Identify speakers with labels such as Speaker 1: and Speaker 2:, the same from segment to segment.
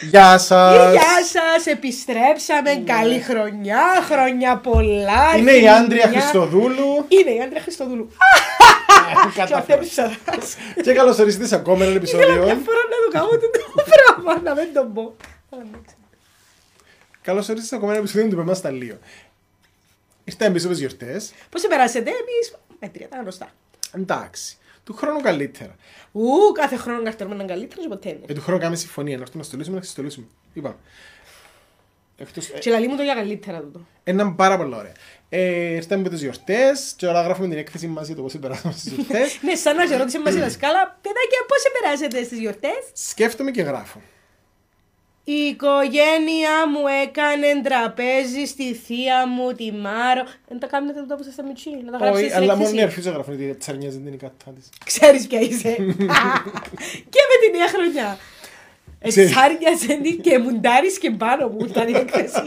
Speaker 1: Γεια σας.
Speaker 2: Ε, Γεια σας, επιστρέψαμε. Καλή χρονιά, χρόνια πολλά.
Speaker 1: Είναι η
Speaker 2: ειρηνιά.
Speaker 1: Άντρια Χριστοδούλου.
Speaker 2: Είναι η Άντρια Χριστοδούλου.
Speaker 1: Ναι,
Speaker 2: Και ο
Speaker 1: Κατάφερα.
Speaker 2: Αρτέμι Ψαράς.
Speaker 1: Και καλώ οριστεί ακόμα ένα
Speaker 2: Ήθελα μια
Speaker 1: επεισόδιο.
Speaker 2: φορά να το κάνω το το πράγμα, να μην το πω.
Speaker 1: Καλώ οριστεί ακόμα ένα επεισόδιο του Πεμά στα Λίο. Ήρθαμε πίσω από τις γιορτές.
Speaker 2: Πώς σε περάσετε, εμείς. Μέτρια, τα γνωστά.
Speaker 1: Εντάξει. Του χρόνου καλύτερα.
Speaker 2: Ου, κάθε χρόνο καρτερούμε έναν καλύτερο και ποτέ είναι.
Speaker 1: Ε, του χρόνου κάνουμε συμφωνία. Να έρθουμε να στολίσουμε, να ξεστολίσουμε. Είπαμε. Εκτός, ε,
Speaker 2: Και λαλή μου το για καλύτερα τούτο.
Speaker 1: έναν πάρα πολύ ωραία. Ε, ήρθαμε από τις γιορτές και τώρα γράφουμε την έκθεση μα για το πώς περάσαμε στι γιορτές.
Speaker 2: Ναι, σαν να σε ρώτησε μαζί η δασκάλα, παιδάκια, πώς σε περάσετε στις γιορτές.
Speaker 1: Σκέφτομαι και γράφω.
Speaker 2: Η οικογένεια μου έκανε τραπέζι στη θεία μου, τη Μάρο. Δεν τα κάνετε τότε που είστε μητσί, να τα γράψετε
Speaker 1: Όχι,
Speaker 2: στην
Speaker 1: αλλά μόνο η
Speaker 2: έκθεση.
Speaker 1: αρχίζω να γράφω γιατί τσαρνιάζει την εικατά της.
Speaker 2: Ξέρεις ποια είσαι. και με τη νέα χρονιά.
Speaker 1: Ξέρεις.
Speaker 2: Ετσάριαζε την και μουντάρι και πάνω μου ήταν η έκθεση.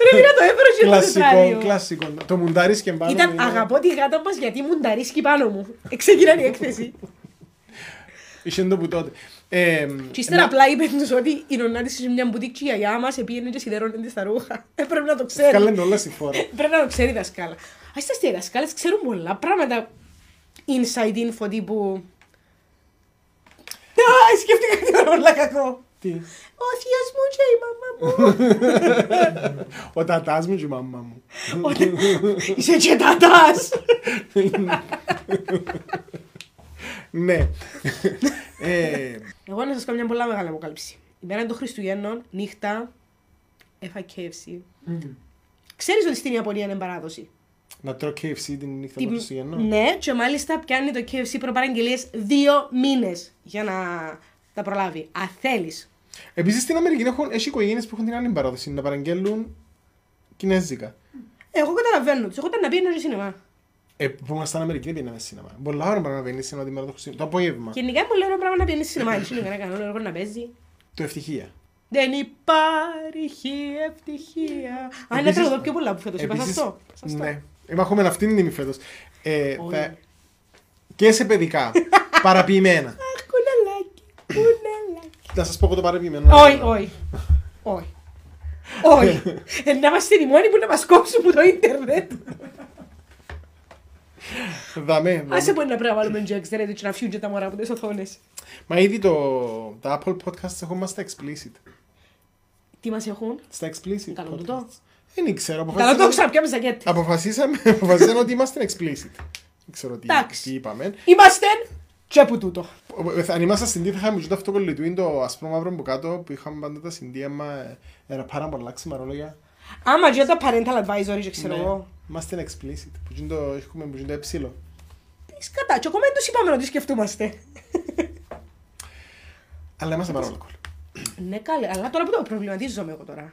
Speaker 2: Πρέπει να το έβρωσε το
Speaker 1: Κλασικό,
Speaker 2: τετράριο.
Speaker 1: κλασικό. Το μουντάρι και πάνω.
Speaker 2: Ήταν
Speaker 1: είναι-
Speaker 2: αγαπώ τη γάτα μας γιατί μουνταρίσκει πάνω μου. Εξεκίνανε η έκθεση.
Speaker 1: Είχε το που τότε. Ε,
Speaker 2: Και ύστερα
Speaker 1: να-
Speaker 2: απλά είπε τους ότι η νονά της σε μια μπουτίκ και η γιαγιά μας επήγαινε και σιδερώνεται στα ρούχα. Ε, Πρέπει να το ξέρει.
Speaker 1: Καλένε όλα στη φορά.
Speaker 2: Πρέπει να το ξέρει η δασκάλα. Α είστε οι δασκάλες, ξέρουν πολλά πράγματα. Inside info τύπου. Α, σκέφτηκα κάτι όλα κακό.
Speaker 1: Τι.
Speaker 2: Ο θείος μου και η μαμά μου.
Speaker 1: Ο τατάς μου και η μαμά μου.
Speaker 2: Ότι Είσαι και τατάς.
Speaker 1: ναι. ε,
Speaker 2: Εγώ να σας κάνω μια πολλά μεγάλη αποκάλυψη. Η μέρα των Χριστουγέννων, νύχτα, έφαγα KFC. Ξέρεις ότι στην Ιαπωνία είναι παράδοση.
Speaker 1: να τρώω KFC την νύχτα
Speaker 2: Τι-
Speaker 1: του Χριστουγεννών.
Speaker 2: Ναι, και μάλιστα πιάνει το KFC προπαραγγελίε δύο μήνες για να τα προλάβει. Αν θέλεις.
Speaker 1: Επίσης στην Αμερική έχουν, έχει οικογένειες που έχουν την άλλη παράδοση να παραγγέλνουν κινέζικα.
Speaker 2: Εγώ καταλαβαίνω τους. Εγώ όταν να πήγαινα στο σινεμά.
Speaker 1: Ε, που ήμασταν στην Αμερική δεν πήγαμε σινεμά. Πολλά ώρα πρέπει να βγαίνει σινεμά τη μέρα του Χριστουγέννων. Το απόγευμα.
Speaker 2: Γενικά μου λένε πράγμα να πηγαίνει σινεμά. Δεν είναι κανένα καλό έργο να παίζει.
Speaker 1: Το ευτυχία.
Speaker 2: Δεν υπάρχει ευτυχία. Α, είναι
Speaker 1: Επίσης-
Speaker 2: τραγουδό πιο πολλά που φέτος. Είπα σωστό. Σωστό. ναι.
Speaker 1: Ναι. Έχουμε αυτήν την τιμή φέτος. Ε,
Speaker 2: Ωραία.
Speaker 1: τα- Και σε παιδικά. παραποιημένα.
Speaker 2: Αχ, κουνελάκι, κουνελάκι.
Speaker 1: Να σας πω εγώ το παραποιημένο.
Speaker 2: Όχι, όχι. Όχι. Όχι. Ε, Να είμαστε οι μόνοι που να μας κόψουν που το ίντερνετ.
Speaker 1: Δαμέ, δαμέ.
Speaker 2: Άσε μπορεί να πρέπει να βάλουμε και εξαιρετή και να φύγουν και τα μωρά από τις οθόνες.
Speaker 1: Μα ήδη το, τα Apple Podcasts έχουμε στα explicit.
Speaker 2: Τι μας έχουν.
Speaker 1: Στα explicit
Speaker 2: Καλό τούτο.
Speaker 1: podcasts. Ε, Δεν ξέρω.
Speaker 2: Καλά το
Speaker 1: Αποφασίσαμε,
Speaker 2: ξαπιάμε σακέτη.
Speaker 1: αποφασίσαμε, αποφασίσαμε ότι είμαστε explicit. Δεν ξέρω τι,
Speaker 2: Εντάξει.
Speaker 1: τι είπαμε.
Speaker 2: Είμαστε και που τούτο.
Speaker 1: Ε, Αν ήμασταν στην τύχη, θα είχαμε και το αυτοκολλητού, είναι το ασπρό μαύρο που κάτω που είχαμε πάντα τα συνδύα μα. ε, Ένα πάρα πολλά ξημαρόλογια.
Speaker 2: Άμα και τα parental advisory και ξέρω
Speaker 1: Ναι.
Speaker 2: εγώ.
Speaker 1: Είμαστε explicit. Που είναι το, έχουμε, που είναι το εψίλο.
Speaker 2: Τι σκατά, και ακόμα δεν τους είπαμε ότι σκεφτούμαστε.
Speaker 1: Αλλά είμαστε πάρα πολύ cool.
Speaker 2: Ναι, καλέ, αλλά τώρα που το προβληματίζομαι εγώ τώρα.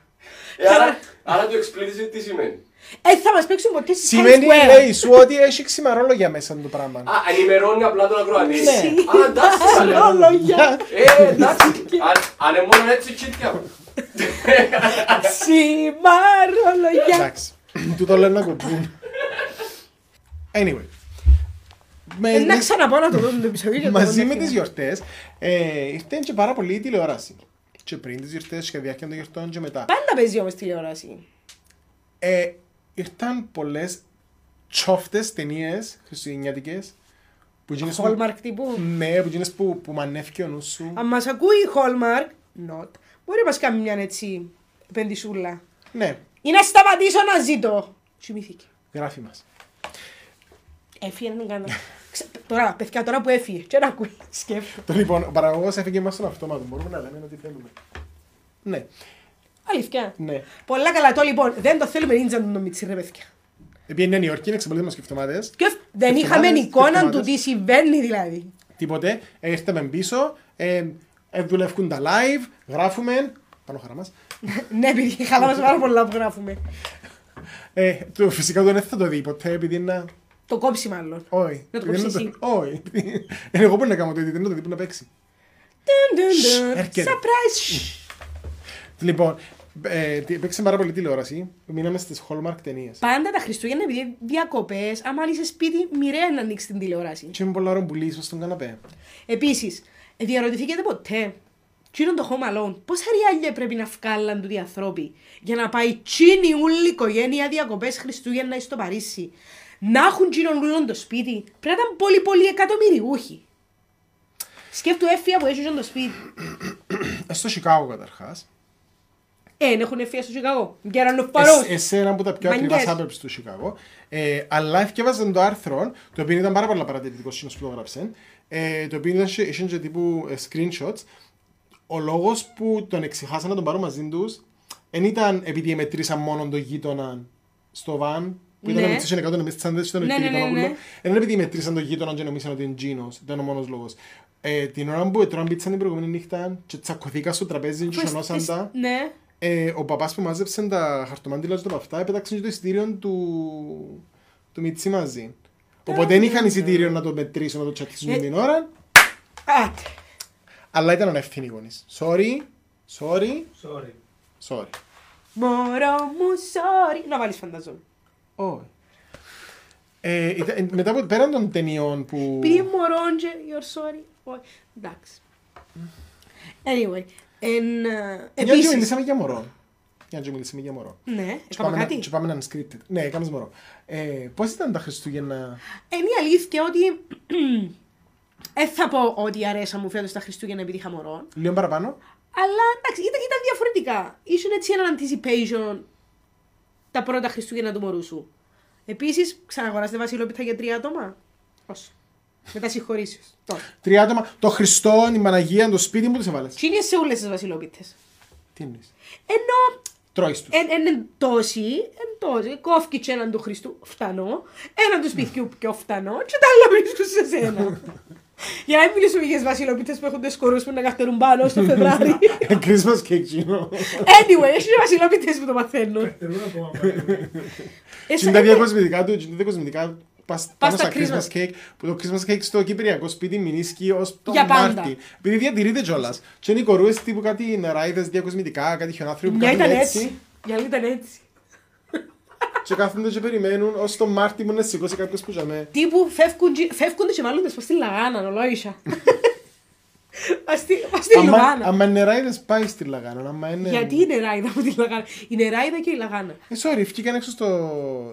Speaker 3: Ε, άρα, άρα το explicit τι σημαίνει.
Speaker 2: Ε, θα μας παίξουν ποτέ στις
Speaker 1: Σημαίνει,
Speaker 2: Times Square.
Speaker 1: λέει σου, ότι έχει ξημαρόλογια μέσα το πράγμα.
Speaker 3: Α, ενημερώνει απλά τον ακροατή.
Speaker 1: Ναι.
Speaker 3: Α, εντάξει, θα λέω.
Speaker 2: Λόγια.
Speaker 3: Ε, εντάξει. Αν- Αν είναι μόνο έτσι, τσίτια μου.
Speaker 2: Σημαρολογιά.
Speaker 1: Εντάξει. Του το λένε να κουμπούν. Anyway. Με-
Speaker 2: Ε, Να ναι. ξαναπώ να το δω το επεισόδιο. για το
Speaker 1: μαζί με
Speaker 2: δεύτερο.
Speaker 1: τις γιορτές ε, ήρθε και πάρα πολύ η τηλεόραση. Και πριν τις γιορτές και διάρκεια των γιορτών και μετά.
Speaker 2: Πάντα παίζει όμως τηλεόραση.
Speaker 1: Ε, ήρθαν πολλές τσόφτες ταινίες χριστουγεννιάτικες. Που γίνες που,
Speaker 2: Hallmark τύπου.
Speaker 1: ναι, που, γίνες που, που μανεύκει ο νους σου.
Speaker 2: Αν μας ακούει η Hallmark, not. Μπορεί να μας κάνει μια έτσι πεντησούλα.
Speaker 1: Ναι,
Speaker 2: Ή να σταματήσω να ζητώ. Τσιμήθηκε.
Speaker 1: γράφει μας.
Speaker 2: Έφυγε να κάνω. Ξε- Τώρα, παιδιά, τώρα που έφυγε. Και να ακούει. Σκέφτομαι.
Speaker 1: Το λοιπόν, ο παραγωγός έφυγε μας στον αυτόματο. Μπορούμε να λέμε ό,τι θέλουμε. Ναι,
Speaker 2: Αλήθεια.
Speaker 1: ναι.
Speaker 2: Πολλά καλά το λοιπόν. Δεν το θέλουμε νίντζα του νομίτσι ρε παιδιά.
Speaker 1: Επειδή είναι Νέα Υόρκη, είναι ξεπολύτημα σκεφτομάδες.
Speaker 2: Και δεν είχαμε
Speaker 1: Εβδομάδες,
Speaker 2: εικόνα του
Speaker 1: εβδομάδες.
Speaker 2: τι συμβαίνει δηλαδή.
Speaker 1: Τίποτε. Ε, Ήρθαμε πίσω. Ε, ε, δουλεύκουν τα live. Γράφουμε. Πάνω χαρά μας.
Speaker 2: ναι, επειδή χαλάμε πάρα πολλά που γράφουμε.
Speaker 1: Ε, το, φυσικά τον δεν θα το δει ποτέ επειδή είναι.
Speaker 2: Το κόψει μάλλον.
Speaker 1: Όχι.
Speaker 2: Να το
Speaker 1: Επειδή
Speaker 2: κόψεις
Speaker 1: είναι Όχι. Επειδή- Ε, Εγώ μπορεί να κάνω το edit, δεν το δει που να παίξει.
Speaker 2: Dun, dun, dun.
Speaker 1: Σ, έρχεται.
Speaker 2: Surprise.
Speaker 1: Λοιπόν, ε, τι- παίξε πάρα πολύ τηλεόραση. Μείναμε στις Hallmark ταινίες.
Speaker 2: Πάντα τα Χριστούγεννα, επειδή διακοπές, άμα είσαι σπίτι, μοιραία να ανοίξεις την τηλεόραση.
Speaker 1: Και με πολλά ώρα που λύσω στον καναπέ.
Speaker 2: Επίσης, διαρωτηθήκατε ποτέ Τι είναι το Home Alone. Πόσα ριάλια πρέπει να βγάλαν τούτοι οι άνθρωποι για να πάει τσίνη όλη η οικογένεια διακοπές Χριστούγεννα ή στο Παρίσι. Να έχουν τσίνον ούλον το σπίτι. Πρέπει να ήταν πολύ πολύ εκατομμυριούχοι. Σκέφτου έφυγα που έσουσαν το σπίτι.
Speaker 1: Ε, Στο Σικάγο καταρχάς.
Speaker 2: Ε, δεν έχουν έφυγα στο Σικαγό. Για να νοφαρώ.
Speaker 1: Εσένα από τα πιο ακριβάς
Speaker 2: Μαγκές.
Speaker 1: suburbs του Σικάγο. Ε, αλλά έφτιαβαζαν το άρθρο, το οποίο ήταν πάρα πολύ παρατηρητικό σύντος που το έγραψε, ε, το οποίο ήταν σε- είχε και τύπου ε, screenshots. Ο λόγος που τον εξηχάσαν να τον πάρουν μαζί τους δεν ήταν επειδή μετρήσαν μόνο τον γείτονα στο βαν, που ήταν
Speaker 2: Ναι.
Speaker 1: ναι. μετρήσαν 100 εμείς τις άντες ήταν και
Speaker 2: Ναι, ναι, ναι,
Speaker 1: γειτονόπουλο.
Speaker 2: ναι.
Speaker 1: Δεν είναι επειδή μετρήσαν τον γείτονα και νομίζαν ότι είναι Τζίνος, ήταν ο μόνος λόγος. Ε, την ώρα που τρώαν πίτσα την προηγούμενη νύχτα και τσακωθήκα στο τραπέζι και σωνώσαν τα.
Speaker 2: Ναι.
Speaker 1: Ε, ο παπάς που μάζεψε τα χαρτομάντιλα του παπτά έπεταξε και το εισιτήριο του, του Μιτσί μαζί. Οπότε δεν είχαν εισιτήριο να το μετρήσουν, να το τσακίσουν
Speaker 2: Ε.
Speaker 1: την ώρα,
Speaker 2: Άτε.
Speaker 1: αλλά ήταν ανευθύνοι οι γονείς. Sorry, sorry,
Speaker 4: Sorry.
Speaker 1: sorry.
Speaker 2: Μωρό μου, sorry. Να βάλεις φανταζόν.
Speaker 1: Όχι. Ε, ήταν- ε, μετά από πέραν των ταινιών που.
Speaker 2: Be moron, you're sorry. Όχι. Εντάξει. Anyway. Εν, ε,
Speaker 1: Μια και
Speaker 2: επίσης,
Speaker 1: μιλήσαμε για μωρό. Μια και μιλήσαμε για μωρό.
Speaker 2: ναι,
Speaker 1: Και
Speaker 2: έκανα
Speaker 1: πάμε, να,
Speaker 2: κάτι.
Speaker 1: και πάμε να unscripted. Ναι, έκαμες μωρό. Ε, Πώς ήταν τα Χριστούγεννα.
Speaker 2: Είναι η Ε, αλήθεια ότι δεν θα πω ότι αρέσα μου φέτος τα Χριστούγεννα επειδή είχα μωρό.
Speaker 1: Λίγο παραπάνω.
Speaker 2: Αλλά εντάξει, ήταν, ήταν διαφορετικά. Ήσουν έτσι ένα anticipation τα πρώτα Χριστούγεννα του μωρού σου. Επίσης, ξαναγοράστε βασιλόπιτα για τρία άτομα. Όσο. Μετά συγχωρήσεις. Τώρα.
Speaker 1: Τρία άτομα. Το Χριστό, η Μαναγία, το σπίτι μου, τις έβαλες.
Speaker 2: Τι είναι σε όλες τις βασιλόπιτες.
Speaker 1: Τι εννοεί.
Speaker 2: Ενώ
Speaker 1: Τρώεις τους.
Speaker 2: Εν, εν, εν τόση, εν τόση. Κόφκιτς έναν του Χριστού, φτανό. Έναν του σπιτιού πιο φτανό. Και τα άλλα βρίσκουν σε σένα. Για να μην μιλήσουμε για τις βασιλοπίτες που έχουν σκορούς που να καθαρούν πάνω στο Φεβράρι.
Speaker 1: Christmas cake, Gino.
Speaker 2: Ε, anyway, έχει βασιλοπίτες που το μαθαίνουν. Ε,
Speaker 4: Θέλουμε ακόμα πράγματα.
Speaker 2: Εσύ-
Speaker 1: Είναι τα δύο κοσμητικά του, είναι τα κοσμητικά πας- πάνω
Speaker 2: στα
Speaker 1: στα Christmas cake, που το Christmas cake στο κυπριακό σπίτι μηνίσκει ως τον
Speaker 2: Για πάντα.
Speaker 1: Μάρτι. Επειδή διατηρείται κιόλας. Και είναι οι κορούες τύπου κάτι νεράιδες διακοσμητικά, κάτι χιονάθριο που
Speaker 2: Μια
Speaker 1: κάνουν
Speaker 2: ήταν
Speaker 1: έτσι.
Speaker 2: έτσι. Μια άλλη ήταν έτσι.
Speaker 1: Και κάθονται και περιμένουν ως τον Μάρτι μου να σηκώσει κάποιος που ζαμέ.
Speaker 2: Τύπου φεύκουν, τζι- φεύκονται και μάλλον πως τη λαγάνα, ολόγησα. Ας τη- ας τη λουγάνα.
Speaker 1: Αμα νεράιδες πάει στη Λαγάνα, άμα είναι...
Speaker 2: Γιατί η νεράιδα που τη λαγάνα. Η νεράιδα και η λαγάνα.
Speaker 1: Ε, sorry, βγήκαν έξω στο...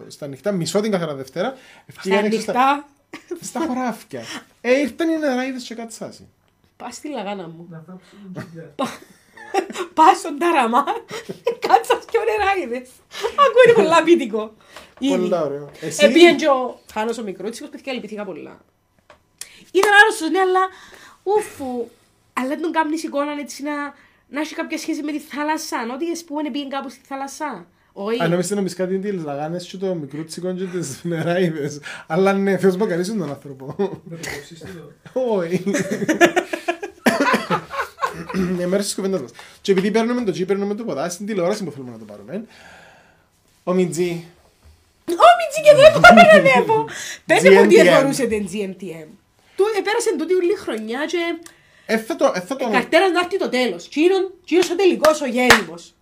Speaker 1: στα ανοιχτά, μισό την καθαρά Δευτέρα,
Speaker 2: Στα
Speaker 1: βγήκαν έξω στα,
Speaker 2: ανοιχτά.
Speaker 1: στα χωράφια. Ε, ήρθαν οι νεράιδες και κάτσασαν.
Speaker 2: Πας στη λαγάνα μου.
Speaker 4: Να θάψουμε δουλειά.
Speaker 2: Πα στον ταραμά, κάτσα και νεράιδες. Ακούει πολλά πίτικο.
Speaker 1: Πολλά ωραίο. Εσύ-
Speaker 2: Επίεν και ο Θάνος ο μικρός, της παιδιά λυπηθήκα πολλά. Ήταν άρρωστος, ναι, αλλά ούφου. Αλλά δεν τον κάνεις εικόνα έτσι να, να έχει κάποια σχέση με τη θάλασσα. Να Ότι ας πούμε πήγαινε κάπου στη θάλασσα. Όχι.
Speaker 1: Αν νομίζετε νομίζεις κάτι είναι τις λαγάνες και το μικρό τσικόν και τις νεράιδες. Αλλά ναι, Θεός μπακαρίσουν τον άνθρωπο.
Speaker 4: Να το κοψίστε το.
Speaker 1: Όχι. Ναι, μέρος της κουβέντας μας. Και επειδή παίρνουμε το G, παίρνουμε το ποτά, στην τηλεόραση που θέλουμε να το πάρουμε. Ο Μιτζή.
Speaker 2: Όμιτζι και δεν μπορώ να ανέβω. Πέστε μου τι
Speaker 1: GNTM.
Speaker 2: εφορούσετε GMTM. Του επέρασε τούτη όλη η χρονιά και
Speaker 1: Ε, θα το... ε, θα το-
Speaker 2: καρτέρας να έρθει το τέλος. Κύριον, κύριος ο τελικός, ο γέλιμος.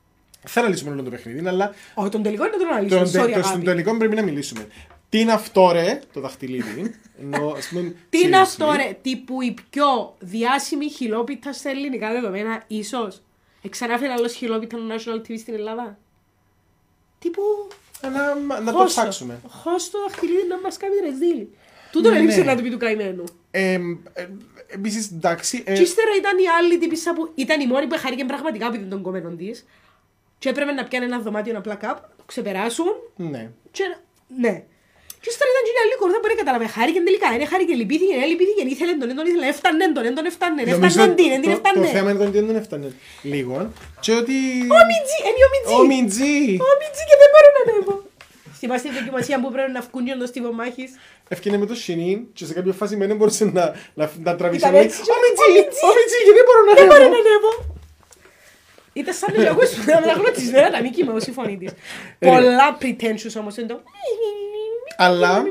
Speaker 1: Θα αναλύσουμε όλο το παιχνίδι, αλλά
Speaker 2: Όχι, τον τελικό είναι να τον
Speaker 1: τον-
Speaker 2: αναλύσουμε. Sorry,
Speaker 1: το- στον
Speaker 2: αγάπη.
Speaker 1: τελικό πρέπει να μιλήσουμε. Τι είναι αυτό ρε, το δαχτυλίδι. Εννοώ, ας πούμε,
Speaker 2: Τι είναι
Speaker 1: seriously.
Speaker 2: αυτό ρε, τύπου η πιο διάσημη χιλόπιτα στα ελληνικά δεδομένα, ίσως. Εξανάφερε άλλος χιλόπιτα στο National TV στην Ελλάδα. Τύπου...
Speaker 1: Ε, να- Να το
Speaker 2: χώστο.
Speaker 1: ψάξουμε.
Speaker 2: Χώστο δαχτυλίδι να μας κάνει ρεζίλι. Τούτο
Speaker 1: Ναι,
Speaker 2: έλειψε
Speaker 1: ναι.
Speaker 2: να του πει του καημένου.
Speaker 1: Ε, Επίσης, εντάξει. ε,
Speaker 2: Και ύστερα ήταν η άλλη τύπησα που ήταν η μόνη που χαρήκε πραγματικά επειδή των κομμένων της. Και έπρεπε να πιάνει ένα δωμάτιο ένα πλακ up, να το ξεπεράσουν
Speaker 1: Ναι.
Speaker 2: Και, ναι. Και ύστερα ήταν και η άλλη κορδά που δεν κατάλαβε. Χάρηκε τελικά. Είναι χάρηκε, λυπήθηκε, είναι λυπήθηκε. Ήθελε τον, τον ήθελε. Έφτανε τον, δεν τον έφτανε. Έφτανε
Speaker 1: Νομίζω
Speaker 2: την, δεν την
Speaker 1: το- Το θέμα
Speaker 2: έφτανε.
Speaker 1: είναι ότι δεν έφτανε λίγο. Και ότι.
Speaker 2: Ο Μιτζή, είναι ο Μιτζή.
Speaker 1: Ο Μιτζή!
Speaker 2: Ο Μιτζή και δεν μπορώ να ανέβω. Θυμάστε την δοκιμασία που πρέπει να βγουν και ο Στίβο Μάχης.
Speaker 1: Έφυγε με το σινί και σε κάποια φάση με δεν μπορούσε να, να, να τραβήξει.
Speaker 2: Ήταν
Speaker 1: λέει,
Speaker 2: έτσι,
Speaker 1: Ο
Speaker 2: ο
Speaker 1: Μιτζή!
Speaker 2: Μιτζή!»
Speaker 1: Ο Μιτζή! και Δεν μπορώ να
Speaker 2: Δεν
Speaker 1: λέω.
Speaker 2: μπορώ να ανέβω. Ήταν σαν να ακούσεις να μεταγνώ της μέρα τα μήκη με όση φωνή της.
Speaker 1: Ε, ρε.
Speaker 2: Πολλά pretentious όμως είναι το.
Speaker 1: Αλλά-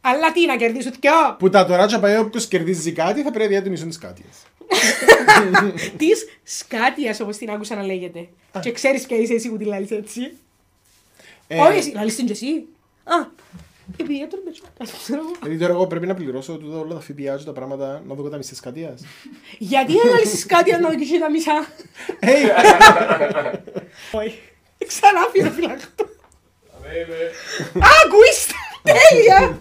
Speaker 2: Αλλά τι να κερδίσω δυο.
Speaker 1: Που τα τώρα και πάει όποιος κερδίζει κάτι θα πρέπει να διατιμήσουν τις κάτι.
Speaker 2: Τη σκάτια όπως την άκουσα να λέγεται. Και ξέρεις ποια είσαι εσύ που τη λέει έτσι.
Speaker 1: Ε,
Speaker 2: Όχι, εσύ, λαλείς την και εσύ. Α, Επειδή έτρωμε τσουκά, ξέρω εγώ.
Speaker 1: Δηλαδή τώρα εγώ πρέπει να πληρώσω τούτα όλα τα ΦΠΑ και τα πράγματα να δω τα μισή κατία.
Speaker 2: Γιατί αναλύσεις κάτι αν οδηγήσει τα μισά.
Speaker 1: Hey!
Speaker 2: Όχι. Ξανά φυλακτό.
Speaker 3: Αμέ, με.
Speaker 2: Ακούστε! Τέλεια!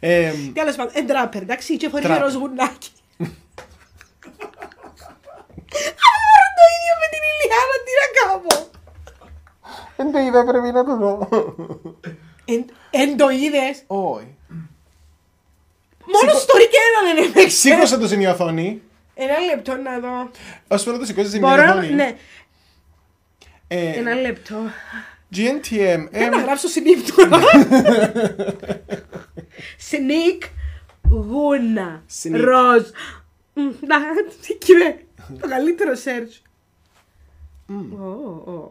Speaker 1: Εμ,
Speaker 2: Τέλο πάντων, εν τράπερ, εντάξει, και φορεί
Speaker 1: Τράπερ.
Speaker 2: ροζ γουνάκι. Αλλά το ίδιο με την Ηλιάνα, τι να κάνω.
Speaker 1: Δεν το είδα, πρέπει να το δω.
Speaker 2: Εν- Εν το είδες.
Speaker 1: Όχι.
Speaker 2: Μόνο story και έναν είναι μέχρι.
Speaker 1: Σήκωσε το στην οθόνη.
Speaker 2: Ένα λεπτό να δω.
Speaker 1: Ας πούμε να το σηκώσεις στην
Speaker 2: Μπορώ,
Speaker 1: οθόνη.
Speaker 2: ναι.
Speaker 1: Ε,
Speaker 2: Ένα λεπτό.
Speaker 1: GNTM.
Speaker 2: Πρέπει να
Speaker 1: εμ,
Speaker 2: γράψω συνύπτωρα. Σνίκ γούνα.
Speaker 1: Sneak.
Speaker 2: Ροζ. Μμ, Να, κύριε. Το καλύτερο σερτ.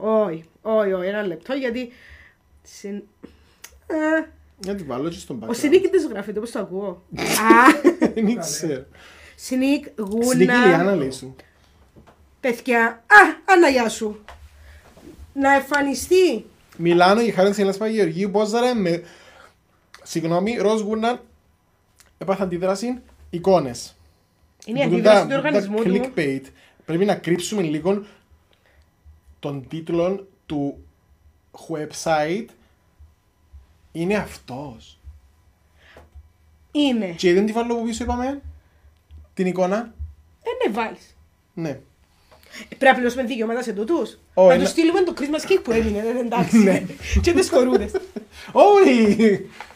Speaker 2: Όχι, όχι, όχι, ένα λεπτό γιατί. συν- Ε,
Speaker 1: Να την βάλω και στον
Speaker 2: Ο
Speaker 1: background.
Speaker 2: Σνίκ δεν γράφεται, πώς το ακούω. Α,
Speaker 1: Δεν ήξερα.
Speaker 2: Σνίκ
Speaker 1: Στην Κιλιάνα
Speaker 2: γούνα.
Speaker 1: λέει σου.
Speaker 2: Παιδιά, α, αναγιά σου. Να εμφανιστεί.
Speaker 1: Μιλάνο για χάρη Σιλάς Παγεωργίου Μπόζαρε με... Συγγνώμη, Ροζ Γούρναν έπαθα αντίδραση εικόνες.
Speaker 2: Είναι η
Speaker 1: Που
Speaker 2: αντίδραση
Speaker 1: τα-
Speaker 2: του οργανισμού
Speaker 1: τα
Speaker 2: του.
Speaker 1: clickbait. Πρέπει να κρύψουμε λίγο των τίτλων του website. Είναι αυτός.
Speaker 2: Είναι.
Speaker 1: Και δεν τη βάλω από πίσω είπαμε. Την εικόνα.
Speaker 2: Ε, ναι, βάλεις.
Speaker 1: Ναι.
Speaker 2: Πρέπει να πληρώσουμε δικαιώματα σε τούτους.
Speaker 1: Ω, Ναι.
Speaker 2: να
Speaker 1: ένα-
Speaker 2: τους στείλουμε το Christmas cake που έμεινε, δεν εντάξει. και τις κορούδες.
Speaker 1: Όχι!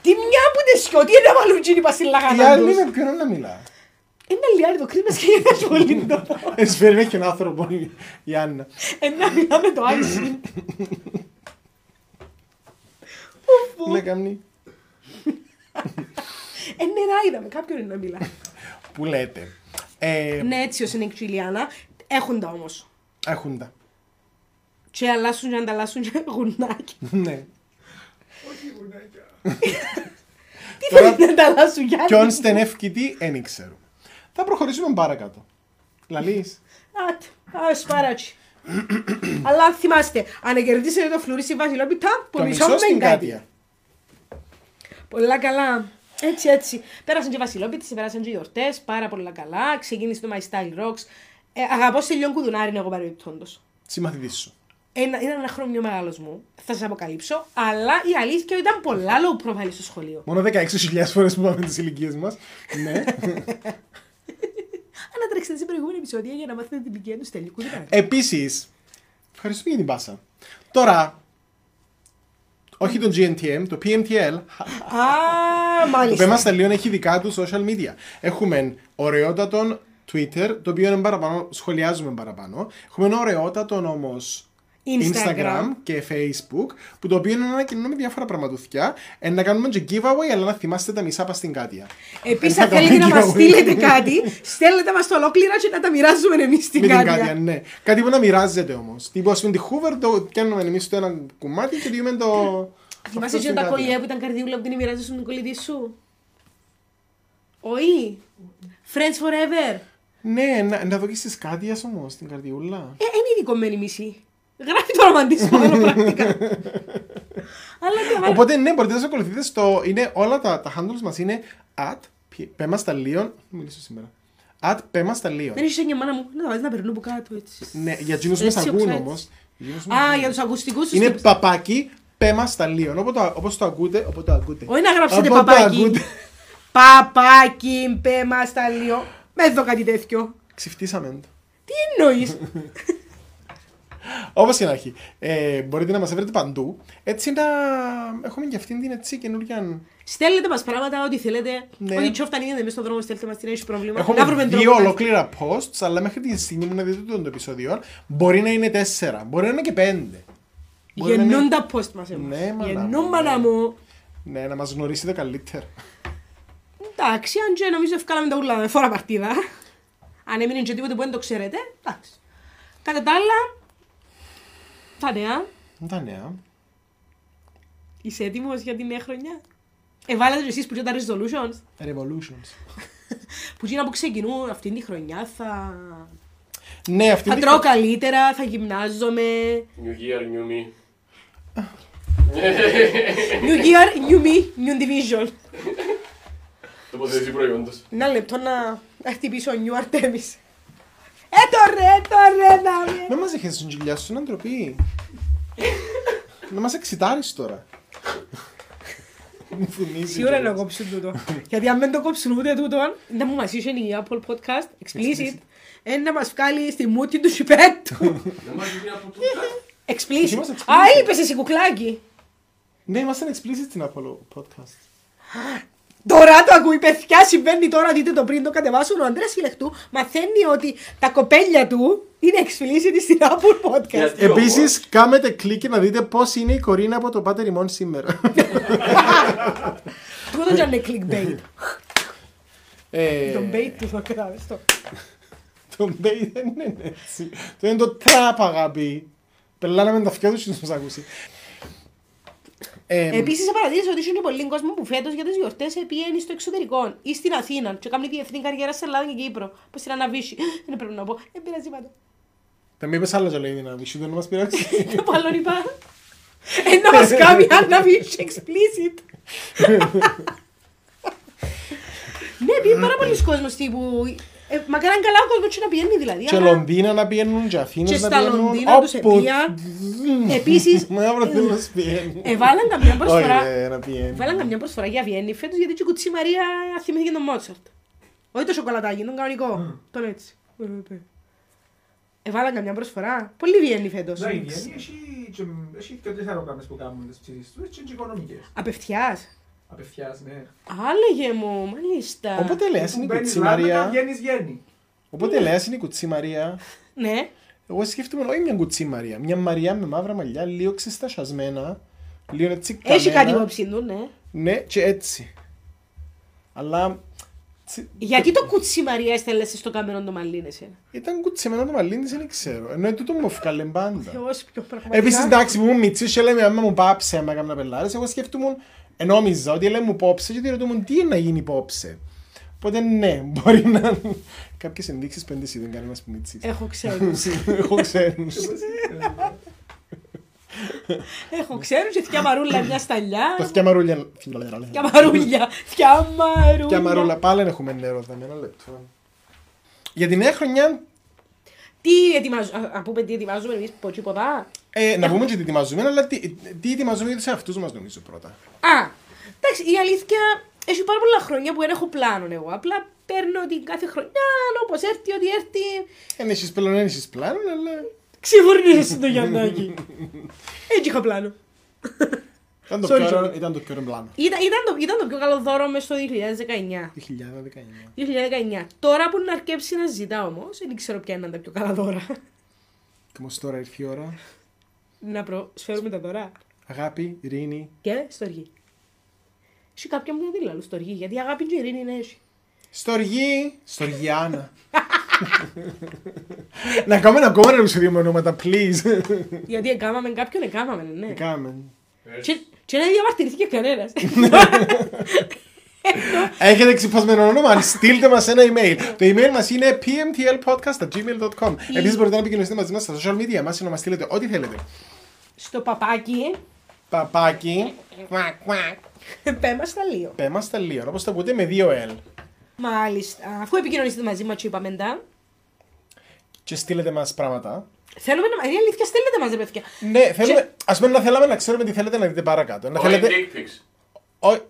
Speaker 2: Τι μια που τις σκιώτη, ένα μαλλούν τσίνι πασίλαγα
Speaker 1: Η
Speaker 2: να
Speaker 1: άλλη
Speaker 2: τους.
Speaker 1: με ποιον να μιλά.
Speaker 2: Ένα λιάρι το Christmas cake είναι πολύ ντόπο.
Speaker 1: Εσφέρει με έναν άνθρωπο η Άννα.
Speaker 2: Ένα Ε, μιλάμε το ice.
Speaker 1: Να κάνει.
Speaker 2: Ε, ναι, να είδαμε κάποιον να μιλά.
Speaker 1: Που λέτε. Ε,
Speaker 2: ναι, έτσι ως είναι η Ξυλιάνα. Έχουν τα όμως.
Speaker 1: Έχουν τα.
Speaker 2: Και αλλάσουν και ανταλλάσσουν και γουνάκι.
Speaker 1: Ναι.
Speaker 4: Όχι γουνάκια.
Speaker 2: Τι
Speaker 1: Τώρα-
Speaker 2: θέλεις να ανταλλάσσουν Γιάννη.
Speaker 1: Ποιον στενεύκητη, ε, δεν ξέρω. Θα προχωρήσουμε παρακάτω. Λαλείς.
Speaker 2: Άτε, α, σπάρατσι. Αλλά αν θυμάστε, αν κερδίσετε το φλουρίσι βασιλόπιτα,
Speaker 1: Το
Speaker 2: πονησόμεν
Speaker 1: μισό στην
Speaker 2: κάτι.
Speaker 1: κάτια.
Speaker 2: Πολλά καλά. Έτσι, έτσι. Πέρασαν και οι βασιλόπιτες, πέρασαν και οι γιορτές, πάρα πολλά καλά. Ξεκίνησε το My Style Rocks. Ε, αγαπώ σε λιόν κουδουνάρι, εγώ παρεμπιπτόντως.
Speaker 1: Συμμαθητής σου.
Speaker 2: Ένα, ήταν ένα χρόνο πιο μεγάλος μου, θα σας αποκαλύψω, αλλά η αλήθεια ήταν πολλά low profile στο σχολείο.
Speaker 1: Μόνο 16.000 φορές που πάμε τις ηλικίες μας. Ναι.
Speaker 2: Ανατρέξτε σε προηγούμενη επεισόδια για να μάθετε την ηλικία τους τελικού. δυνατού.
Speaker 1: Επίσης, ευχαριστούμε για την πάσα. Τώρα, όχι το GNTM, το PMTL,
Speaker 2: Α,
Speaker 1: Ε, το
Speaker 2: μάλιστα.
Speaker 1: Πέμα Σταλίων έχει δικά του social media. Έχουμε ωραιότατον Twitter, το οποίο είναι παραπάνω, σχολιάζουμε παραπάνω. Έχουμε ένα ωραιότατον όμως
Speaker 2: Instagram.
Speaker 1: και Facebook, που το οποίο είναι να ανακοινώνουμε διάφορα πραγματουθιά, ε, να κάνουμε και giveaway, αλλά να θυμάστε τα μισά πας στην κάτια.
Speaker 2: Επίσης,
Speaker 1: Να
Speaker 2: αν θέλετε να
Speaker 1: κάνουμε
Speaker 2: μας
Speaker 1: giveaway.
Speaker 2: στείλετε κάτι, στέλνετε μας το ολόκληρα και να τα μοιράζουμε εμείς στην
Speaker 1: Με την κάτια,
Speaker 2: κάρτα.
Speaker 1: ναι. Κάτι που να μοιράζεται όμως. Τύπου ας πούμε τη Hoover, το πιάνουμε εμείς το ένα κομμάτι και διούμε το.
Speaker 2: Θυμάσαι
Speaker 1: αυτό
Speaker 2: και τα
Speaker 1: στην κάτια.
Speaker 2: κολλιά που ήταν καρδιούλα που την μοιράζεσαι στον κολλητή σου. Όχι. Friends forever.
Speaker 1: Ναι, να, να δοκίσεις κάτι όμω την καρδιούλα.
Speaker 2: Ε, είναι ειδικό με μισή. Γράφει το ρομαντισμό όλο πρακτικά. Αλλά και βάλε-
Speaker 1: Οπότε ναι, μπορείτε να σας ακολουθείτε στο. Είναι όλα τα, τα handles μας είναι at πέμα στα λίον. Μιλήσω σήμερα. At πέμα στα λίον.
Speaker 2: Δεν είσαι μια μάνα μου. Να τα βάζεις να περνούν από κάτω έτσι.
Speaker 1: Ναι, για τζίνου
Speaker 2: Έτσι
Speaker 1: μα ακούν
Speaker 2: οξέτς.
Speaker 1: όμω.
Speaker 2: Α, για τους ακουστικούς σου.
Speaker 1: Είναι παπάκι πέμα στα λίον. Όπως το ακούτε, όποτε το ακούτε.
Speaker 2: Όχι να γράψετε
Speaker 1: Όποτε το
Speaker 2: παπάκι.
Speaker 1: ακούτε.
Speaker 2: Παπάκι, μπε μα τα λίγο. Με εδώ κάτι τέτοιο.
Speaker 1: Ξυφτήσαμε το.
Speaker 2: Τι εννοείς.
Speaker 1: Όπως και να έχει. Ε, μπορείτε να μας βρείτε παντού. Έτσι να έχουμε και αυτήν την έτσι καινούργια.
Speaker 2: Στέλνετε μας πράγματα, ό,τι θέλετε.
Speaker 1: Ναι.
Speaker 2: Ό,τι τσόφτα είναι εμείς στον δρόμο, στέλνετε μας τι έχει πρόβλημα. να βρούμε
Speaker 1: Έχουμε δύο
Speaker 2: τρόπο. να-
Speaker 1: ολόκληρα posts, αλλά μέχρι τη στιγμή που να δείτε το επεισόδιο, μπορεί να είναι τέσσερα, μπορεί να είναι και πέντε. Μπορεί να είναι-
Speaker 2: Γεννούν τα post μας εμάς.
Speaker 1: Ναι, μάνα
Speaker 2: Γεννούν
Speaker 1: μου,
Speaker 2: μάνα
Speaker 1: ναι.
Speaker 2: μου.
Speaker 1: Ναι, να μας γνωρίσετε καλύτερα.
Speaker 2: Εντάξει, αν και νομίζω ευκάλαμε τα ούλα με φορά παρτίδα. Αν έμεινε και τίποτε που δεν το ξέρετε, εντάξει. Κατά τα άλλα, τα νέα.
Speaker 1: Τα νέα.
Speaker 2: Είσαι έτοιμος για τη νέα χρονιά. Εβάλατε εσείς που και τα resolutions.
Speaker 1: Revolutions.
Speaker 2: Που γίνα που ξεκινούν αυτή τη χρονιά θα.
Speaker 1: Ναι, αυτή
Speaker 2: Θα
Speaker 1: τη-
Speaker 2: τρώω καλύτερα, θα γυμνάζομαι.
Speaker 3: New year, new me.
Speaker 2: New year, new me, new division.
Speaker 3: Τοποθέτηση προϊόντος.
Speaker 2: Ένα λεπτό να να χτυπήσω new Artemis. Ε το ρε, ε, το ρε, να μην.
Speaker 1: Να μας έχεις την κοιλιά σου, είναι ντροπή. Να μας εξητάρεις τώρα. Μου θυμίζει.
Speaker 2: Σίγουρα
Speaker 1: κιόλας.
Speaker 2: να κόψουν τούτο. Γιατί αν δεν το κόψουν ούτε τούτο, να μου μας ίσουν η Apple Podcast explicit, ε, να μας βγάλει στη μούτη του σιπέτου.
Speaker 3: Δεν μας γίνει από podcast.
Speaker 1: Όχι,
Speaker 2: Explicit.
Speaker 1: είμαστε explicit.
Speaker 2: Α, είπες εσύ κουκλάκι.
Speaker 1: Ναι, είμαστε explicit στην Apollo podcast.
Speaker 2: Τώρα το ακούει, παιδιά, συμβαίνει τώρα, δείτε το πριν το κατεβάσουν. Ο Αντρέας Φιλεχτού μαθαίνει ότι τα κοπέλια του είναι explicit στην Apple Podcast.
Speaker 3: Γιατί όμως,
Speaker 1: Επίσης, κάμετε κλικ και να δείτε πώς είναι η κορίνα από το Πάτερ ημών σήμερα.
Speaker 2: Τούτο ήταν clickbait.
Speaker 1: Ε,
Speaker 2: Το bait του θα κράβες το.
Speaker 1: Το bait δεν είναι έτσι. Το είναι το trap, αγάπη. Πελάναμε τα αυτιά τους και τους ακούσει. Ε,
Speaker 2: Επίση, παρατήρησα ότι είναι πολλοί κόσμο που φέτος για τις γιορτές πηγαίνει στο εξωτερικό ή στην Αθήνα. Και κάνει διεθνή καριέρα σε Ελλάδα και Κύπρο. Που στην αναβήσει. Δεν πρέπει να πω. Δεν πειράζει πάντα.
Speaker 1: Θα μην είπες άλλο για λέει να μισού, δεν μας πειράξει.
Speaker 2: Το παλόν είπα. Ένα μα κάνει αναβήσει explicit. Ναι, πήγε πάρα πολλοί κόσμος τύπου. ε, Μα κάναν καλά ο κόσμος και να πηγαίνει δηλαδή.
Speaker 1: Και Λονδίνα να πηγαίνουν, και Αθήνα
Speaker 2: Και
Speaker 1: να
Speaker 2: στα
Speaker 1: πηγαίνουν.
Speaker 2: Λονδίνα τους
Speaker 1: όπου-
Speaker 2: επήγαν. Επίσης.
Speaker 1: Μαύρο θέλος πηγαίνει.
Speaker 2: Εβάλαν καμιά προσφορά.
Speaker 1: Όχι, ρε, να πηγαίνει.
Speaker 2: Βάλαν καμιά προσφορά για Βιέννη φέτος γιατί και η κουτσή Μαρία θυμήθηκε τον Μότσαρτ. Όχι το σοκολατάκι, τον κανονικό. Τον έτσι. Εβάλαν καμιά προσφορά. Πολύ Βιέννη φέτος.
Speaker 4: Ναι, η Βιέννη έχει και- έχει και τρεις αερογραμμές που κάνουν τις ψήσεις τους, έτσι και οικονομικές.
Speaker 2: Απευθείας.
Speaker 4: Απευθείας, ναι.
Speaker 2: Άλεγε μου, μάλιστα.
Speaker 1: Οπότε λες είναι η
Speaker 4: Που μπαίνεις
Speaker 1: κουτσή
Speaker 4: Λάρνακα,
Speaker 1: Μαρία.
Speaker 4: βγαίνεις Βιέννη.
Speaker 1: Οπότε λες είναι η κουτσή Μαρία.
Speaker 2: Ναι.
Speaker 1: Εγώ σκέφτομαι όχι μια κουτσή Μαρία. Μια Μαρία με μαύρα μαλλιά, λίγο ξεστασιασμένα. Λίγο έτσι
Speaker 2: Έχει κάτι
Speaker 1: καμένα.
Speaker 2: υπόψη του, ναι.
Speaker 1: Ναι, και έτσι. Αλλά τσι-
Speaker 2: Γιατί το κουτσή Μαρία έστελεσαι στο κάμερον το μαλλί, εσύ.
Speaker 1: ήταν κουτσεμένα το μαλλί της, δεν ξέρω. Ενώ τούτο μου φκάλε πάντα.
Speaker 2: Θεός πιο πραγματικά.
Speaker 1: Επίσης, εντάξει, που ήμουν μητσής και λέμε, άμα μου πάψε, άμα έκανα πελάρες, εγώ σκέφτομαι, ενόμιζα ότι λέμε μου πόψε και ρωτούμουν τι είναι να γίνει πόψε. Οπότε ναι, μπορεί να είναι κάποιες ενδείξεις που δεν τις είδε κανένας που μητσής.
Speaker 2: Έχω ξέρους.
Speaker 1: Εγώ ξέρεις.
Speaker 2: Έχω ξέρους και θκιά μαρούλα μια σταλιά.
Speaker 1: Το θκιαμαρούλια...
Speaker 2: Θκιά μαρούλια. Θκιά μαρούλια.
Speaker 1: Θκιαμαρούλα, πάλι δεν έχουμε νερό, θα με ένα λεπτό. Για τη νέα χρονιά
Speaker 2: Τι ετοιμάζουμε, να πούμε τι ετοιμάζουμε εμείς ποτσίποδα.
Speaker 1: Ε, να πούμε και τι ετοιμαζούμε, αλλά τι, τι ετοιμαζούμε για τους εαυτούς μας νομίζω πρώτα.
Speaker 2: Α, εντάξει, η αλήθεια έχει πάρα πολλά χρόνια που δεν έχω πλάνο εγώ. Απλά παίρνω την κάθε χρονιά, όπως έρθει, ό,τι έρθει.
Speaker 1: Εν έχεις πλέον, εν έχεις πλάνο, αλλά
Speaker 2: Ξεβουρνίζει το Γιαννάκι. Έτσι είχα πλάνο.
Speaker 1: ήταν το,
Speaker 2: Sorry,
Speaker 1: πιο, ωραίο-
Speaker 2: sorry.
Speaker 1: ήταν το πιο ωραίο πλάνο.
Speaker 2: Ήταν, ήταν, το, ήταν το πιο καλό δώρο μέσα στο 2019.
Speaker 1: 2019.
Speaker 2: 2019. Τώρα που να αρκέψει να ζητά όμως, δεν ξέρω ποια είναι τα πιο καλά δώρα.
Speaker 1: Και όμως τώρα ήρθε η ώρα.
Speaker 2: να προσφέρουμε τα δώρα.
Speaker 1: Αγάπη, ειρήνη.
Speaker 2: Και στοργή. Έχει κάποια μου δεν λέει στοργή, γιατί η αγάπη και η ειρήνη είναι έτσι.
Speaker 1: Στοργή, Στοργιάνα. να κάνουμε ακόμα ένα δύο με ονόματα, please.
Speaker 2: γιατί εκάμαμε κάποιον, εκάμαμε, ναι.
Speaker 1: Κάμε.
Speaker 2: Και- Και δεν διαμαρτυρήθηκε κανένας.
Speaker 1: Έχετε ξυπασμένο όνομα, στείλτε μας ένα email. Το email μας είναι pmtlpodcast.gmail.com Επίσης μπορείτε να επικοινωνήσετε μαζί μας στα social media μας ή να μας στείλετε ό,τι θέλετε.
Speaker 2: Στο παπάκι,
Speaker 1: Παπάκι,
Speaker 2: πέμα στα λίγο.
Speaker 1: πέμας τα λίγο, όπως το ακούτε με δύο L.
Speaker 2: Μάλιστα. Αφού επικοινωνήσετε μαζί μας, είπαμε τα.
Speaker 1: και στείλετε μας πράγματα.
Speaker 2: Θέλουμε να. Είναι αλήθεια, στέλνετε μας, ρε παιδιά.
Speaker 1: Ναι, θέλουμε, ας πούμε να θέλαμε να ξέρουμε τι θέλετε να δείτε παρακάτω. Να
Speaker 3: Όχι,
Speaker 1: θέλετε.
Speaker 3: dick pics.
Speaker 1: ό-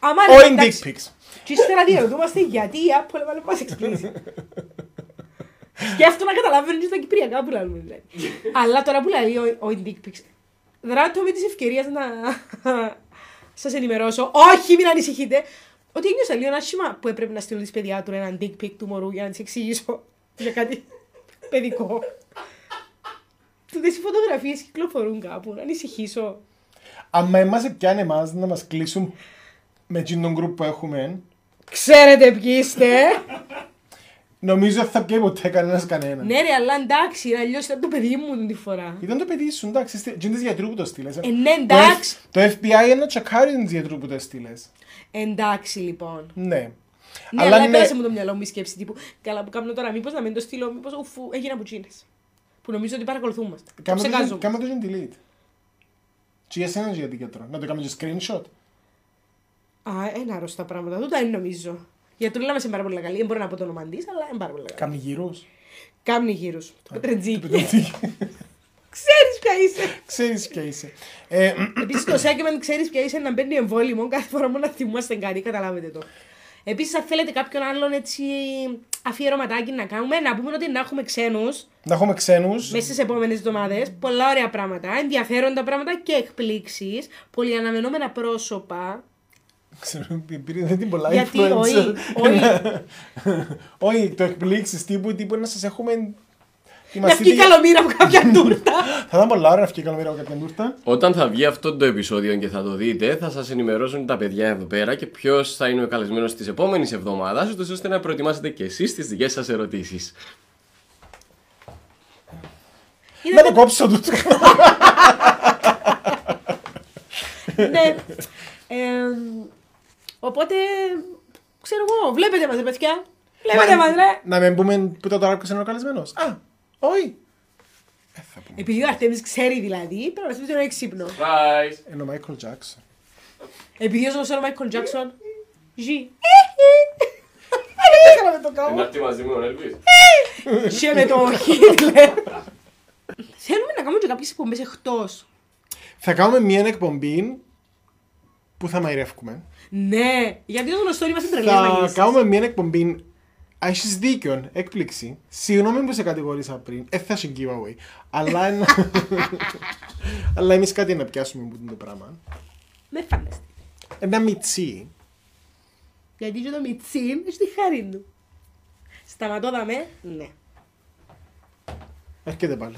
Speaker 2: Άμα
Speaker 1: Όχι
Speaker 2: ρε,
Speaker 1: dick
Speaker 2: εντάξει.
Speaker 1: pics.
Speaker 2: Και ύστερα διαρωτούμαστε γιατί η Apple έβαλε μας εξπλήσει. Σκέφτομαι να καταλαβαίνουν και τα κυπριακά που λέμε. δηλαδή. Αλλά τώρα που λέει ο- ο Dick Pics. Δράτω με τη ευκαιρία να σας ενημερώσω. Όχι, μην ανησυχείτε. Ότι ένιωσα λίγο ένα σχήμα που έπρεπε να στείλω της παιδιά του έναν dick pic του μωρού για να της εξηγήσω για κάτι παιδικό. Τούτες οι φωτογραφίες κυκλοφορούν κάπου, να ανησυχήσω.
Speaker 1: Αμα εμάς πιάνε εμάς να μας κλείσουν με τζιν τον group που έχουμε,
Speaker 2: Ξέρετε ποιοι είστε.
Speaker 1: νομίζω ότι θα πιάει ποτέ κανένας κανένα.
Speaker 2: Ναι, ρε, αλλά εντάξει, είναι αλλιώς ήταν το παιδί μου τη φορά.
Speaker 1: Ήταν το παιδί σου, εντάξει, είστε- τζιν της γιατρού που το στείλες.
Speaker 2: Ε, ναι,
Speaker 1: Το F-
Speaker 2: εντάξει.
Speaker 1: Το FBI είναι τσακάρι της γιατρού που το στείλες.
Speaker 2: Εντάξει, λοιπόν.
Speaker 1: Ναι.
Speaker 2: Ναι, αλλά,
Speaker 1: είναι-
Speaker 2: πέρασε μου το μυαλό μου η σκέψη τύπου. Καλά που κάνω τώρα, μήπως να μην το στείλω, μήπως ουφού, έγινα πουτσίνες. Που νομίζω ότι παρακολουθούμαστε.
Speaker 1: Κάμε το
Speaker 2: Ψεκάζομαι.
Speaker 1: τζιν- κάμε το τζιν delete. Και για σένα και για την κέντρο. Να το κάνουμε και screenshot.
Speaker 2: Α, είναι άρρωστα πράγματα. Τούτα είναι νομίζω. Η ατρούλα μας είναι πάρα πολύ καλή. Δεν μπορώ να πω το όνομα της, αλλά είναι πάρα πολύ καλή.
Speaker 1: Κάνει γύρους.
Speaker 2: Κάμνη γύρους. Το πετρετζίκι.
Speaker 1: Πετρετζίκι.
Speaker 2: Ξέρεις ποια είσαι.
Speaker 1: Ξέρεις ποια είσαι. Ε,
Speaker 2: Επίσης το Σέκεμεν ξέρεις ποια είσαι να μπαίνει εμβόλυμο κάθε φορά μόνο να θυμάστε κάτι. Καταλάβετε το. Επίσης αν θέλετε κάποιον άλλον έτσι αφιερωματάκι να κάνουμε, να πούμε ότι να έχουμε ξένους
Speaker 1: να έχουμε ξένους.
Speaker 2: μέσα στις επόμενες εβδομάδες. Πολλά ωραία πράγματα, ενδιαφέροντα πράγματα και εκπλήξεις, πολυαναμενόμενα πρόσωπα.
Speaker 1: Ξέρω, η Πύρη δεν την πολλά
Speaker 2: Γιατί,
Speaker 1: influencer.
Speaker 2: όχι, όχι.
Speaker 1: Όχι, το εκπλήξεις τύπου, τύπου να σας έχουμε...
Speaker 2: Να
Speaker 1: ετοιμαστείτε
Speaker 2: βγει
Speaker 1: για-
Speaker 2: καλομήρα από κάποια τούρτα.
Speaker 1: Θα ήταν πολλά ώρα να βγει καλομήρα από κάποια τούρτα.
Speaker 3: Όταν θα βγει αυτό το επεισόδιο και θα το δείτε, θα σας ενημερώσουν τα παιδιά εδώ πέρα και ποιος θα είναι ο καλεσμένος της επόμενης εβδομάδας, ώστε να προετοιμάσετε και εσείς τις δικές σας ερωτήσεις.
Speaker 1: Να το κόψω τούτο.
Speaker 2: ναι. Ε, οπότε, ξέρω εγώ, βλέπετε μας ρε παιδιά. Βλέπετε μας ρε.
Speaker 1: Να μην πούμε που τα τώρα ποιος είναι ο καλεσμένος. Α, όχι. Ε, θα πούμε.
Speaker 2: Επειδή ο Αρτέμις ξέρει δηλαδή, πρέπει να σκεφτεί τον έξυπνο.
Speaker 3: Bye.
Speaker 1: Είναι ο Μάικλ Τζάξον.
Speaker 2: Επειδή ο γνωστός ο Μάικλ Τζάκσον, ζει.
Speaker 3: Να έρθει μαζί μου ο Έλβης.
Speaker 2: Σε με το Χίτλερ. Θέλουμε να κάνουμε και κάποιες εκπομπές εκτός.
Speaker 1: Θα κάνουμε μια εκπομπή που θα μαϊρεύκουμε.
Speaker 2: Ναι, γιατί ως γνωστό είμαστε τρελές
Speaker 1: Θα
Speaker 2: μαγείς.
Speaker 1: κάνουμε μια εκπομπή. Έχεις δίκιο, έκπληξη. Συγγνώμη που σε κατηγορήσα πριν. Ε, θα σε giveaway. Αλλά, εν... Αλλά εμείς κάτι να πιάσουμε που είναι το πράγμα.
Speaker 2: Με φανταστεί.
Speaker 1: Ένα μιτσί.
Speaker 2: Γιατί και το μιτσίν στη χάρη του. Σταματώ δαμέ, ναι.
Speaker 1: Έρχεται πάλι.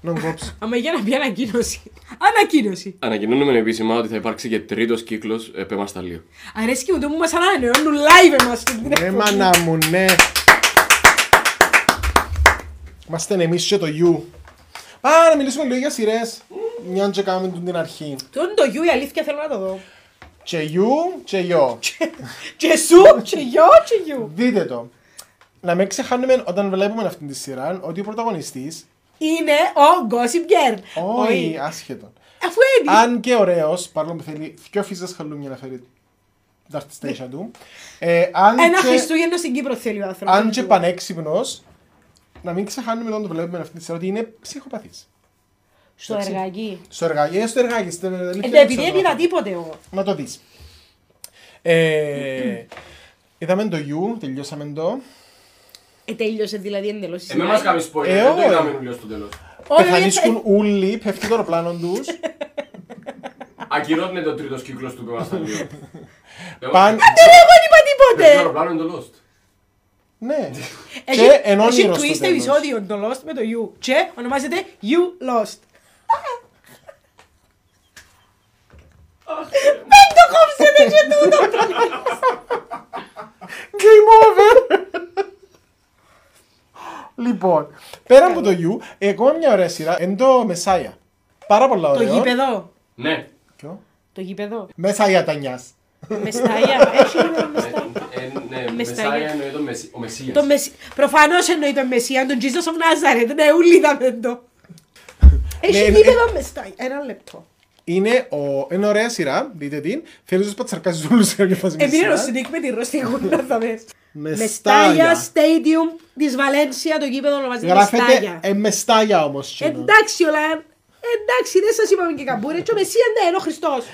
Speaker 1: Να μου κόψει.
Speaker 2: Άμα για να πει ανακοίνωση. Ανακοίνωση.
Speaker 3: Ανακοινώνουμε επίσημα ότι θα υπάρξει και τρίτος κύκλος επεμασταλίου.
Speaker 2: Αρέσει και μου το που μας ανανεώνουν live εμάς την
Speaker 1: ναι, μάνα μου, ναι. Είμαστε εμείς και το γιου. Α, να μιλήσουμε λίγο για σειρές. Μια και κάνουμε τούτη την αρχή.
Speaker 2: Τον το γιου η αλήθεια θέλω να το δω.
Speaker 1: Και γιου, και γιο.
Speaker 2: Και σου, και γιο, και γιου.
Speaker 1: Δείτε το. Να μην ξεχάνουμε όταν βλέπουμε αυτή τη σειρά ότι ο πρωταγωνιστής.
Speaker 2: Είναι ο Gossip Girl. ε,
Speaker 1: Όχι, άσχετον.
Speaker 2: Αφού είναι.
Speaker 1: Αν και ωραίος, παρόλο που θέλει πιο φύζε χαλούμια να φέρει τα αρτιστέισια του. ε, αν,
Speaker 2: Ένα
Speaker 1: και,
Speaker 2: Χριστούγεννο στην Κύπρο θέλει ο άνθρωπος.
Speaker 1: αν και πανέξυπνος, να μην ξεχάνουμε όταν το βλέπουμε αυτή τη σειρά ότι είναι ψυχοπαθής.
Speaker 2: Στο εργαγί.
Speaker 1: Στο εργάκι, ε, στο εργάκι, στην
Speaker 2: Ε,
Speaker 1: αλήθεια,
Speaker 2: ναι,
Speaker 1: δεν
Speaker 2: επειδή
Speaker 1: ξέρω.
Speaker 2: έπειτα τίποτε εγώ.
Speaker 1: Να το δεις. Ε, είδαμε το You, τελειώσαμε το.
Speaker 2: Ε, τέλειωσε δηλαδή εντελώς η
Speaker 3: Ε, με
Speaker 2: σειρά.
Speaker 3: μα κάνει spoiler,
Speaker 1: Ε,
Speaker 3: δεν το
Speaker 1: όχι.
Speaker 3: είδαμε ουλιό στο τέλος.
Speaker 2: Όλα είναι-
Speaker 1: Πεθανίσκουν όλοι, πέφτει το αεροπλάνο τους.
Speaker 3: Ακυρώνεται ο τρίτο κύκλο του επεμασταλίου.
Speaker 1: Παν...
Speaker 2: Ε, ρε, εγώ δεν είπα
Speaker 3: Το
Speaker 2: τίποτε.
Speaker 3: αεροπλάνο είναι το Lost.
Speaker 1: ναι.
Speaker 2: Έχει-
Speaker 1: και εν
Speaker 2: έχει
Speaker 1: όνειρο στο
Speaker 2: twist
Speaker 1: τέλος.
Speaker 2: επεισόδιο το Lost με το You. Και ονομάζεται You Lost. Δεν το κόψετε και τούτο.
Speaker 1: Game over! λοιπόν, πέρα από το You, ακόμα μια ωραία σειρά είναι το Messiah. Πάρα πολλά
Speaker 2: Το
Speaker 1: ωραία.
Speaker 2: γήπεδο.
Speaker 3: Ναι.
Speaker 1: Ποιο?
Speaker 2: Το γήπεδο.
Speaker 1: Messiah τα νιάς.
Speaker 2: Με στάγια. Έχει ένα με στάγια.
Speaker 3: Ε, ναι,
Speaker 2: Μεσσάγια.
Speaker 3: Μεσάγια εννοεί το Μεσί- ο Μεσία.
Speaker 2: Το μεσι... Προφανώς εννοεί τον Μεσσία, τον Jesus of Nazareth. Ναι, όλοι είδαμε το.
Speaker 1: Ναι,
Speaker 2: Έχει
Speaker 1: ναι.
Speaker 2: γήπεδο με στάγια. Ένα λεπτό.
Speaker 1: Είναι ο... είναι ωραία σειρά, δείτε την. Θέλω να σας πατσαρκάζεις όλους οι φάση με
Speaker 2: Επειδή ο
Speaker 1: σειρά.
Speaker 2: Σινίκ με τη ροστή γούρνα θα με.
Speaker 1: Μεστάγια.
Speaker 2: Μεστάγια Stadium της Βαλένσια, το γήπεδο ονομάζεται
Speaker 1: Γράφεται
Speaker 2: Μεστάγια.
Speaker 1: ε, Messiah όμως.
Speaker 2: Ε,
Speaker 1: κοινό.
Speaker 2: Εντάξει όλα. Εντάξει, δεν σας είπαμε και καμπούρε. Και ο Μεσσίας ναι, είναι ο Χριστός.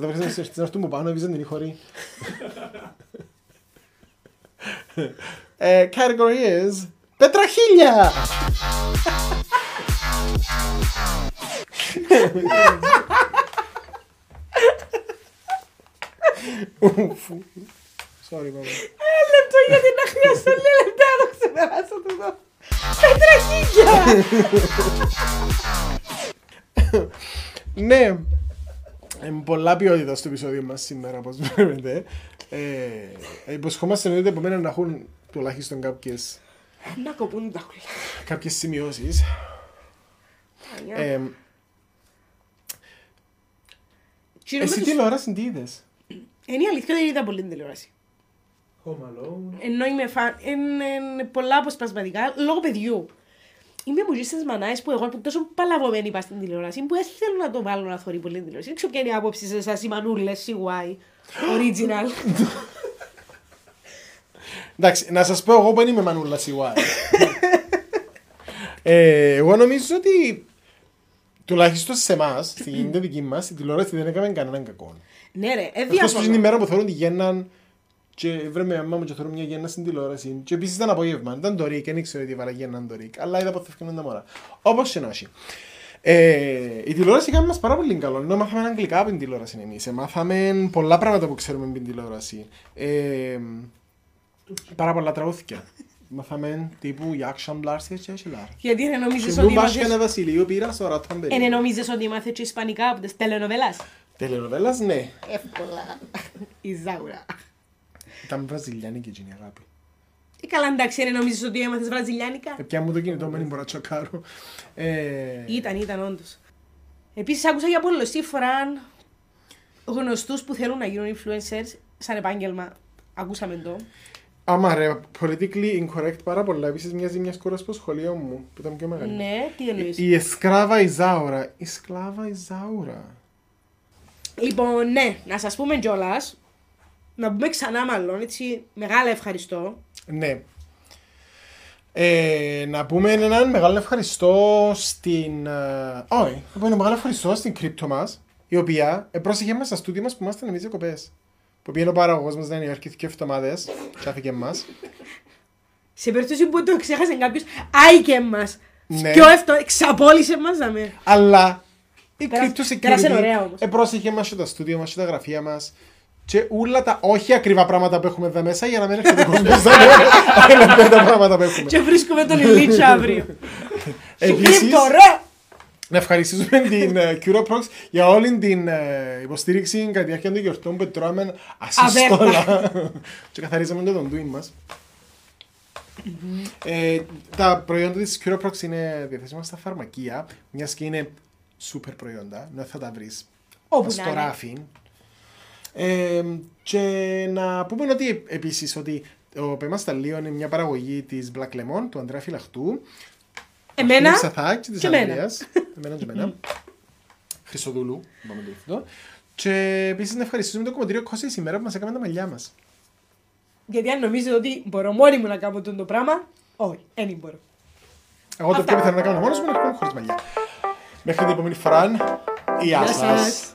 Speaker 1: Θα βρεις να σε έρθεις να έρθουμε πάνω, εμείς δεν την χωρί. Ε, Category is Πετραχίλια! Ουφου. Sorry, μάμα.
Speaker 2: Ένα λεπτό γιατί να χρειαστώ λίγα λεπτά να το ξεπεράσω το δω. Πετραχίλια!
Speaker 1: Ναι, Εμ, πολλά ποιότητας στο επεισόδιο μας σήμερα, όπως βλέπετε. Ε, υποσχόμαστε εννοείται επομένως να έχουν τουλάχιστον κάποιες,
Speaker 2: Να κοπούν τα κουλά.
Speaker 1: κάποιες σημειώσεις. Ε,
Speaker 2: Τι είναι με
Speaker 1: εσύ
Speaker 2: τους-
Speaker 1: τηλεόραση τι είδες.
Speaker 2: Είναι η αλήθεια δεν είδα πολύ την τηλεόραση.
Speaker 4: Home Alone.
Speaker 2: ε, Ενώ είμαι φαν, είναι πολλά αποσπασματικά λόγω παιδιού. Είμαι μου στις μανάες που εγώ που τόσο παλαβωμένη είπα στην τηλεόραση που δεν θέλω να το βάλω να θωρεί πολύ την τηλεόραση. Δεν ξέρω ποια είναι η άποψη σε εσάς οι μανούλες, σιγουάι, original.
Speaker 1: Εντάξει, να σας πω εγώ που δεν είμαι μανούλα σίγουρα. ε, εγώ νομίζω ότι τουλάχιστον σε εμάς, στην δική μας, στην τηλεόραση δεν έκαμε κανέναν κακό.
Speaker 2: ναι ρε, ε,
Speaker 1: Εκτό που είναι η
Speaker 2: διαφωνώ.
Speaker 1: μέρα που θεωρούν τη γένναν και βρε με μαμά μου και θεωρούν μια γέννα στην τηλεόραση. Και επίσης ήταν απόγευμα. Ήταν το Ρίκ, δεν ήξερα ότι βάλα γένναν το Ρίκ. Αλλά είδα πότε ευκαινούν τα μωρά. Όπως και να έχει. Ε, η τηλεόραση κάνει μας πάρα πολύ καλό. Ενώ μάθαμε αγγλικά από την τηλεόραση εμείς. Ε, Μάθαμε πολλά πράγματα που ξέρουμε από την τηλεόραση. Ε, πάρα πολλά τραγούδια. μάθαμε τύπου Γιάξαν Μπλάρσια και Έσιλαρ.
Speaker 2: Γιατί δεν νομίζεις
Speaker 1: Συμβούν
Speaker 2: ότι
Speaker 1: Βάσκανα
Speaker 2: είμαστε...
Speaker 1: Βασιλείου πήρα στο ρατάν περίπου.
Speaker 2: Ε, νομίζεις ότι είμαστε και ισπανικά από τις τελενοβέλας.
Speaker 1: Τελενοβέλας, ναι.
Speaker 2: Εύκολα. Η Ζάουρα.
Speaker 1: Ήταν βραζιλιάνικη εκείνη η αγάπη.
Speaker 2: Ε, καλά εντάξει, δεν νομίζεις ότι έμαθες βραζιλιάνικα.
Speaker 1: Επιά Ε, μου το κινητό, μην μπορώ να τσοκάρω. Ε,
Speaker 2: Ήταν, ήταν όντως. Επίσης άκουσα για πολλωστή φορά γνωστούς που θέλουν να γίνουν influencers σαν επάγγελμα. Ακούσαμε το.
Speaker 1: Άμα ρε, politically incorrect πάρα πολλά. Επίσης μοιάζει μια κόρας στο σχολείο μου, που ήταν πιο μεγάλη.
Speaker 2: Ναι, τι εννοείς.
Speaker 1: Η Εσκράβα Ιζάουρα. Η Σκλάβα Ιζάουρα. ε.
Speaker 2: Λοιπόν, ναι, να σας πούμε κιόλας. Να πούμε ξανά μάλλον, έτσι, μεγάλα ευχαριστώ.
Speaker 1: Ναι. Ε, να πούμε έναν μεγάλο ευχαριστώ στην... ε, Όχι, να πούμε ένα μεγάλο ευχαριστώ στην κρύπτο μας, η οποία ε, πρόσεχε μας στα στούντιο μας που ήμασταν εμείς διακοπές. Που πήγαινε ο παραγωγός μας να είναι και δύο εβδομάδες, τσάθηκε μας.
Speaker 2: Σε περίπτωση που το ξέχασε κάποιος, άικε μας.
Speaker 1: Ναι.
Speaker 2: Και ο αυτό ξαπόλυσε μας να με.
Speaker 1: Αλλά η
Speaker 2: Πέρασε-
Speaker 1: crypto
Speaker 2: πέρασε
Speaker 1: security
Speaker 2: ωραία όμως.
Speaker 1: επρόσεχε μας και τα στούντιο μας και τα γραφεία μας και όλα τα όχι ακριβά πράγματα που έχουμε εδώ μέσα για να μην έρχεται ο κόσμος να λέει τα πράγματα που έχουμε.
Speaker 2: Και βρίσκουμε τον Ηλίτσα αύριο.
Speaker 1: Επίσης,
Speaker 2: Κρύπτο, ρε!
Speaker 1: να ευχαριστήσουμε την ε, CuroProx για όλη την ε, υποστήριξη κατά τη διάρκεια των γιορτών που τρώμε ασυστόλα και καθαρίζαμε το δοντούι μας. Ε, τα προϊόντα της CuroProx είναι διαθέσιμα στα φαρμακεία, μιας και είναι σούπερ προϊόντα, να θα τα βρεις
Speaker 2: Όπου
Speaker 1: στο
Speaker 2: να είναι.
Speaker 1: ράφι. Ε, και να πούμε ότι ε- επίσης ότι ο Πέμα Σταλίων είναι μια παραγωγή της Black Lemon, του Αντρέα Φυλαχτού.
Speaker 2: Εμένα.
Speaker 1: Του Σαθάκ και της
Speaker 2: και εμένα.
Speaker 1: Ανδρέας. Εμένα και εμένα. Χρυσοδούλου, είπαμε το ευθυντό. Και επίσης να ευχαριστήσουμε το κομμωτήριο Κώστα σήμερα που μας έκανε τα μαλλιά μας.
Speaker 2: Γιατί αν νομίζετε ότι μπορώ μόνη μου να κάνω τούτο το πράγμα, όχι, δεν μπορώ.
Speaker 1: Εγώ το
Speaker 2: Αυτά.
Speaker 1: πιο πιθανό να κάνω μόνος μου είναι να κάνω χωρίς μαλλιά. Μέχρι την επόμενη φορά, γεια
Speaker 2: Γεια σας.
Speaker 1: σας.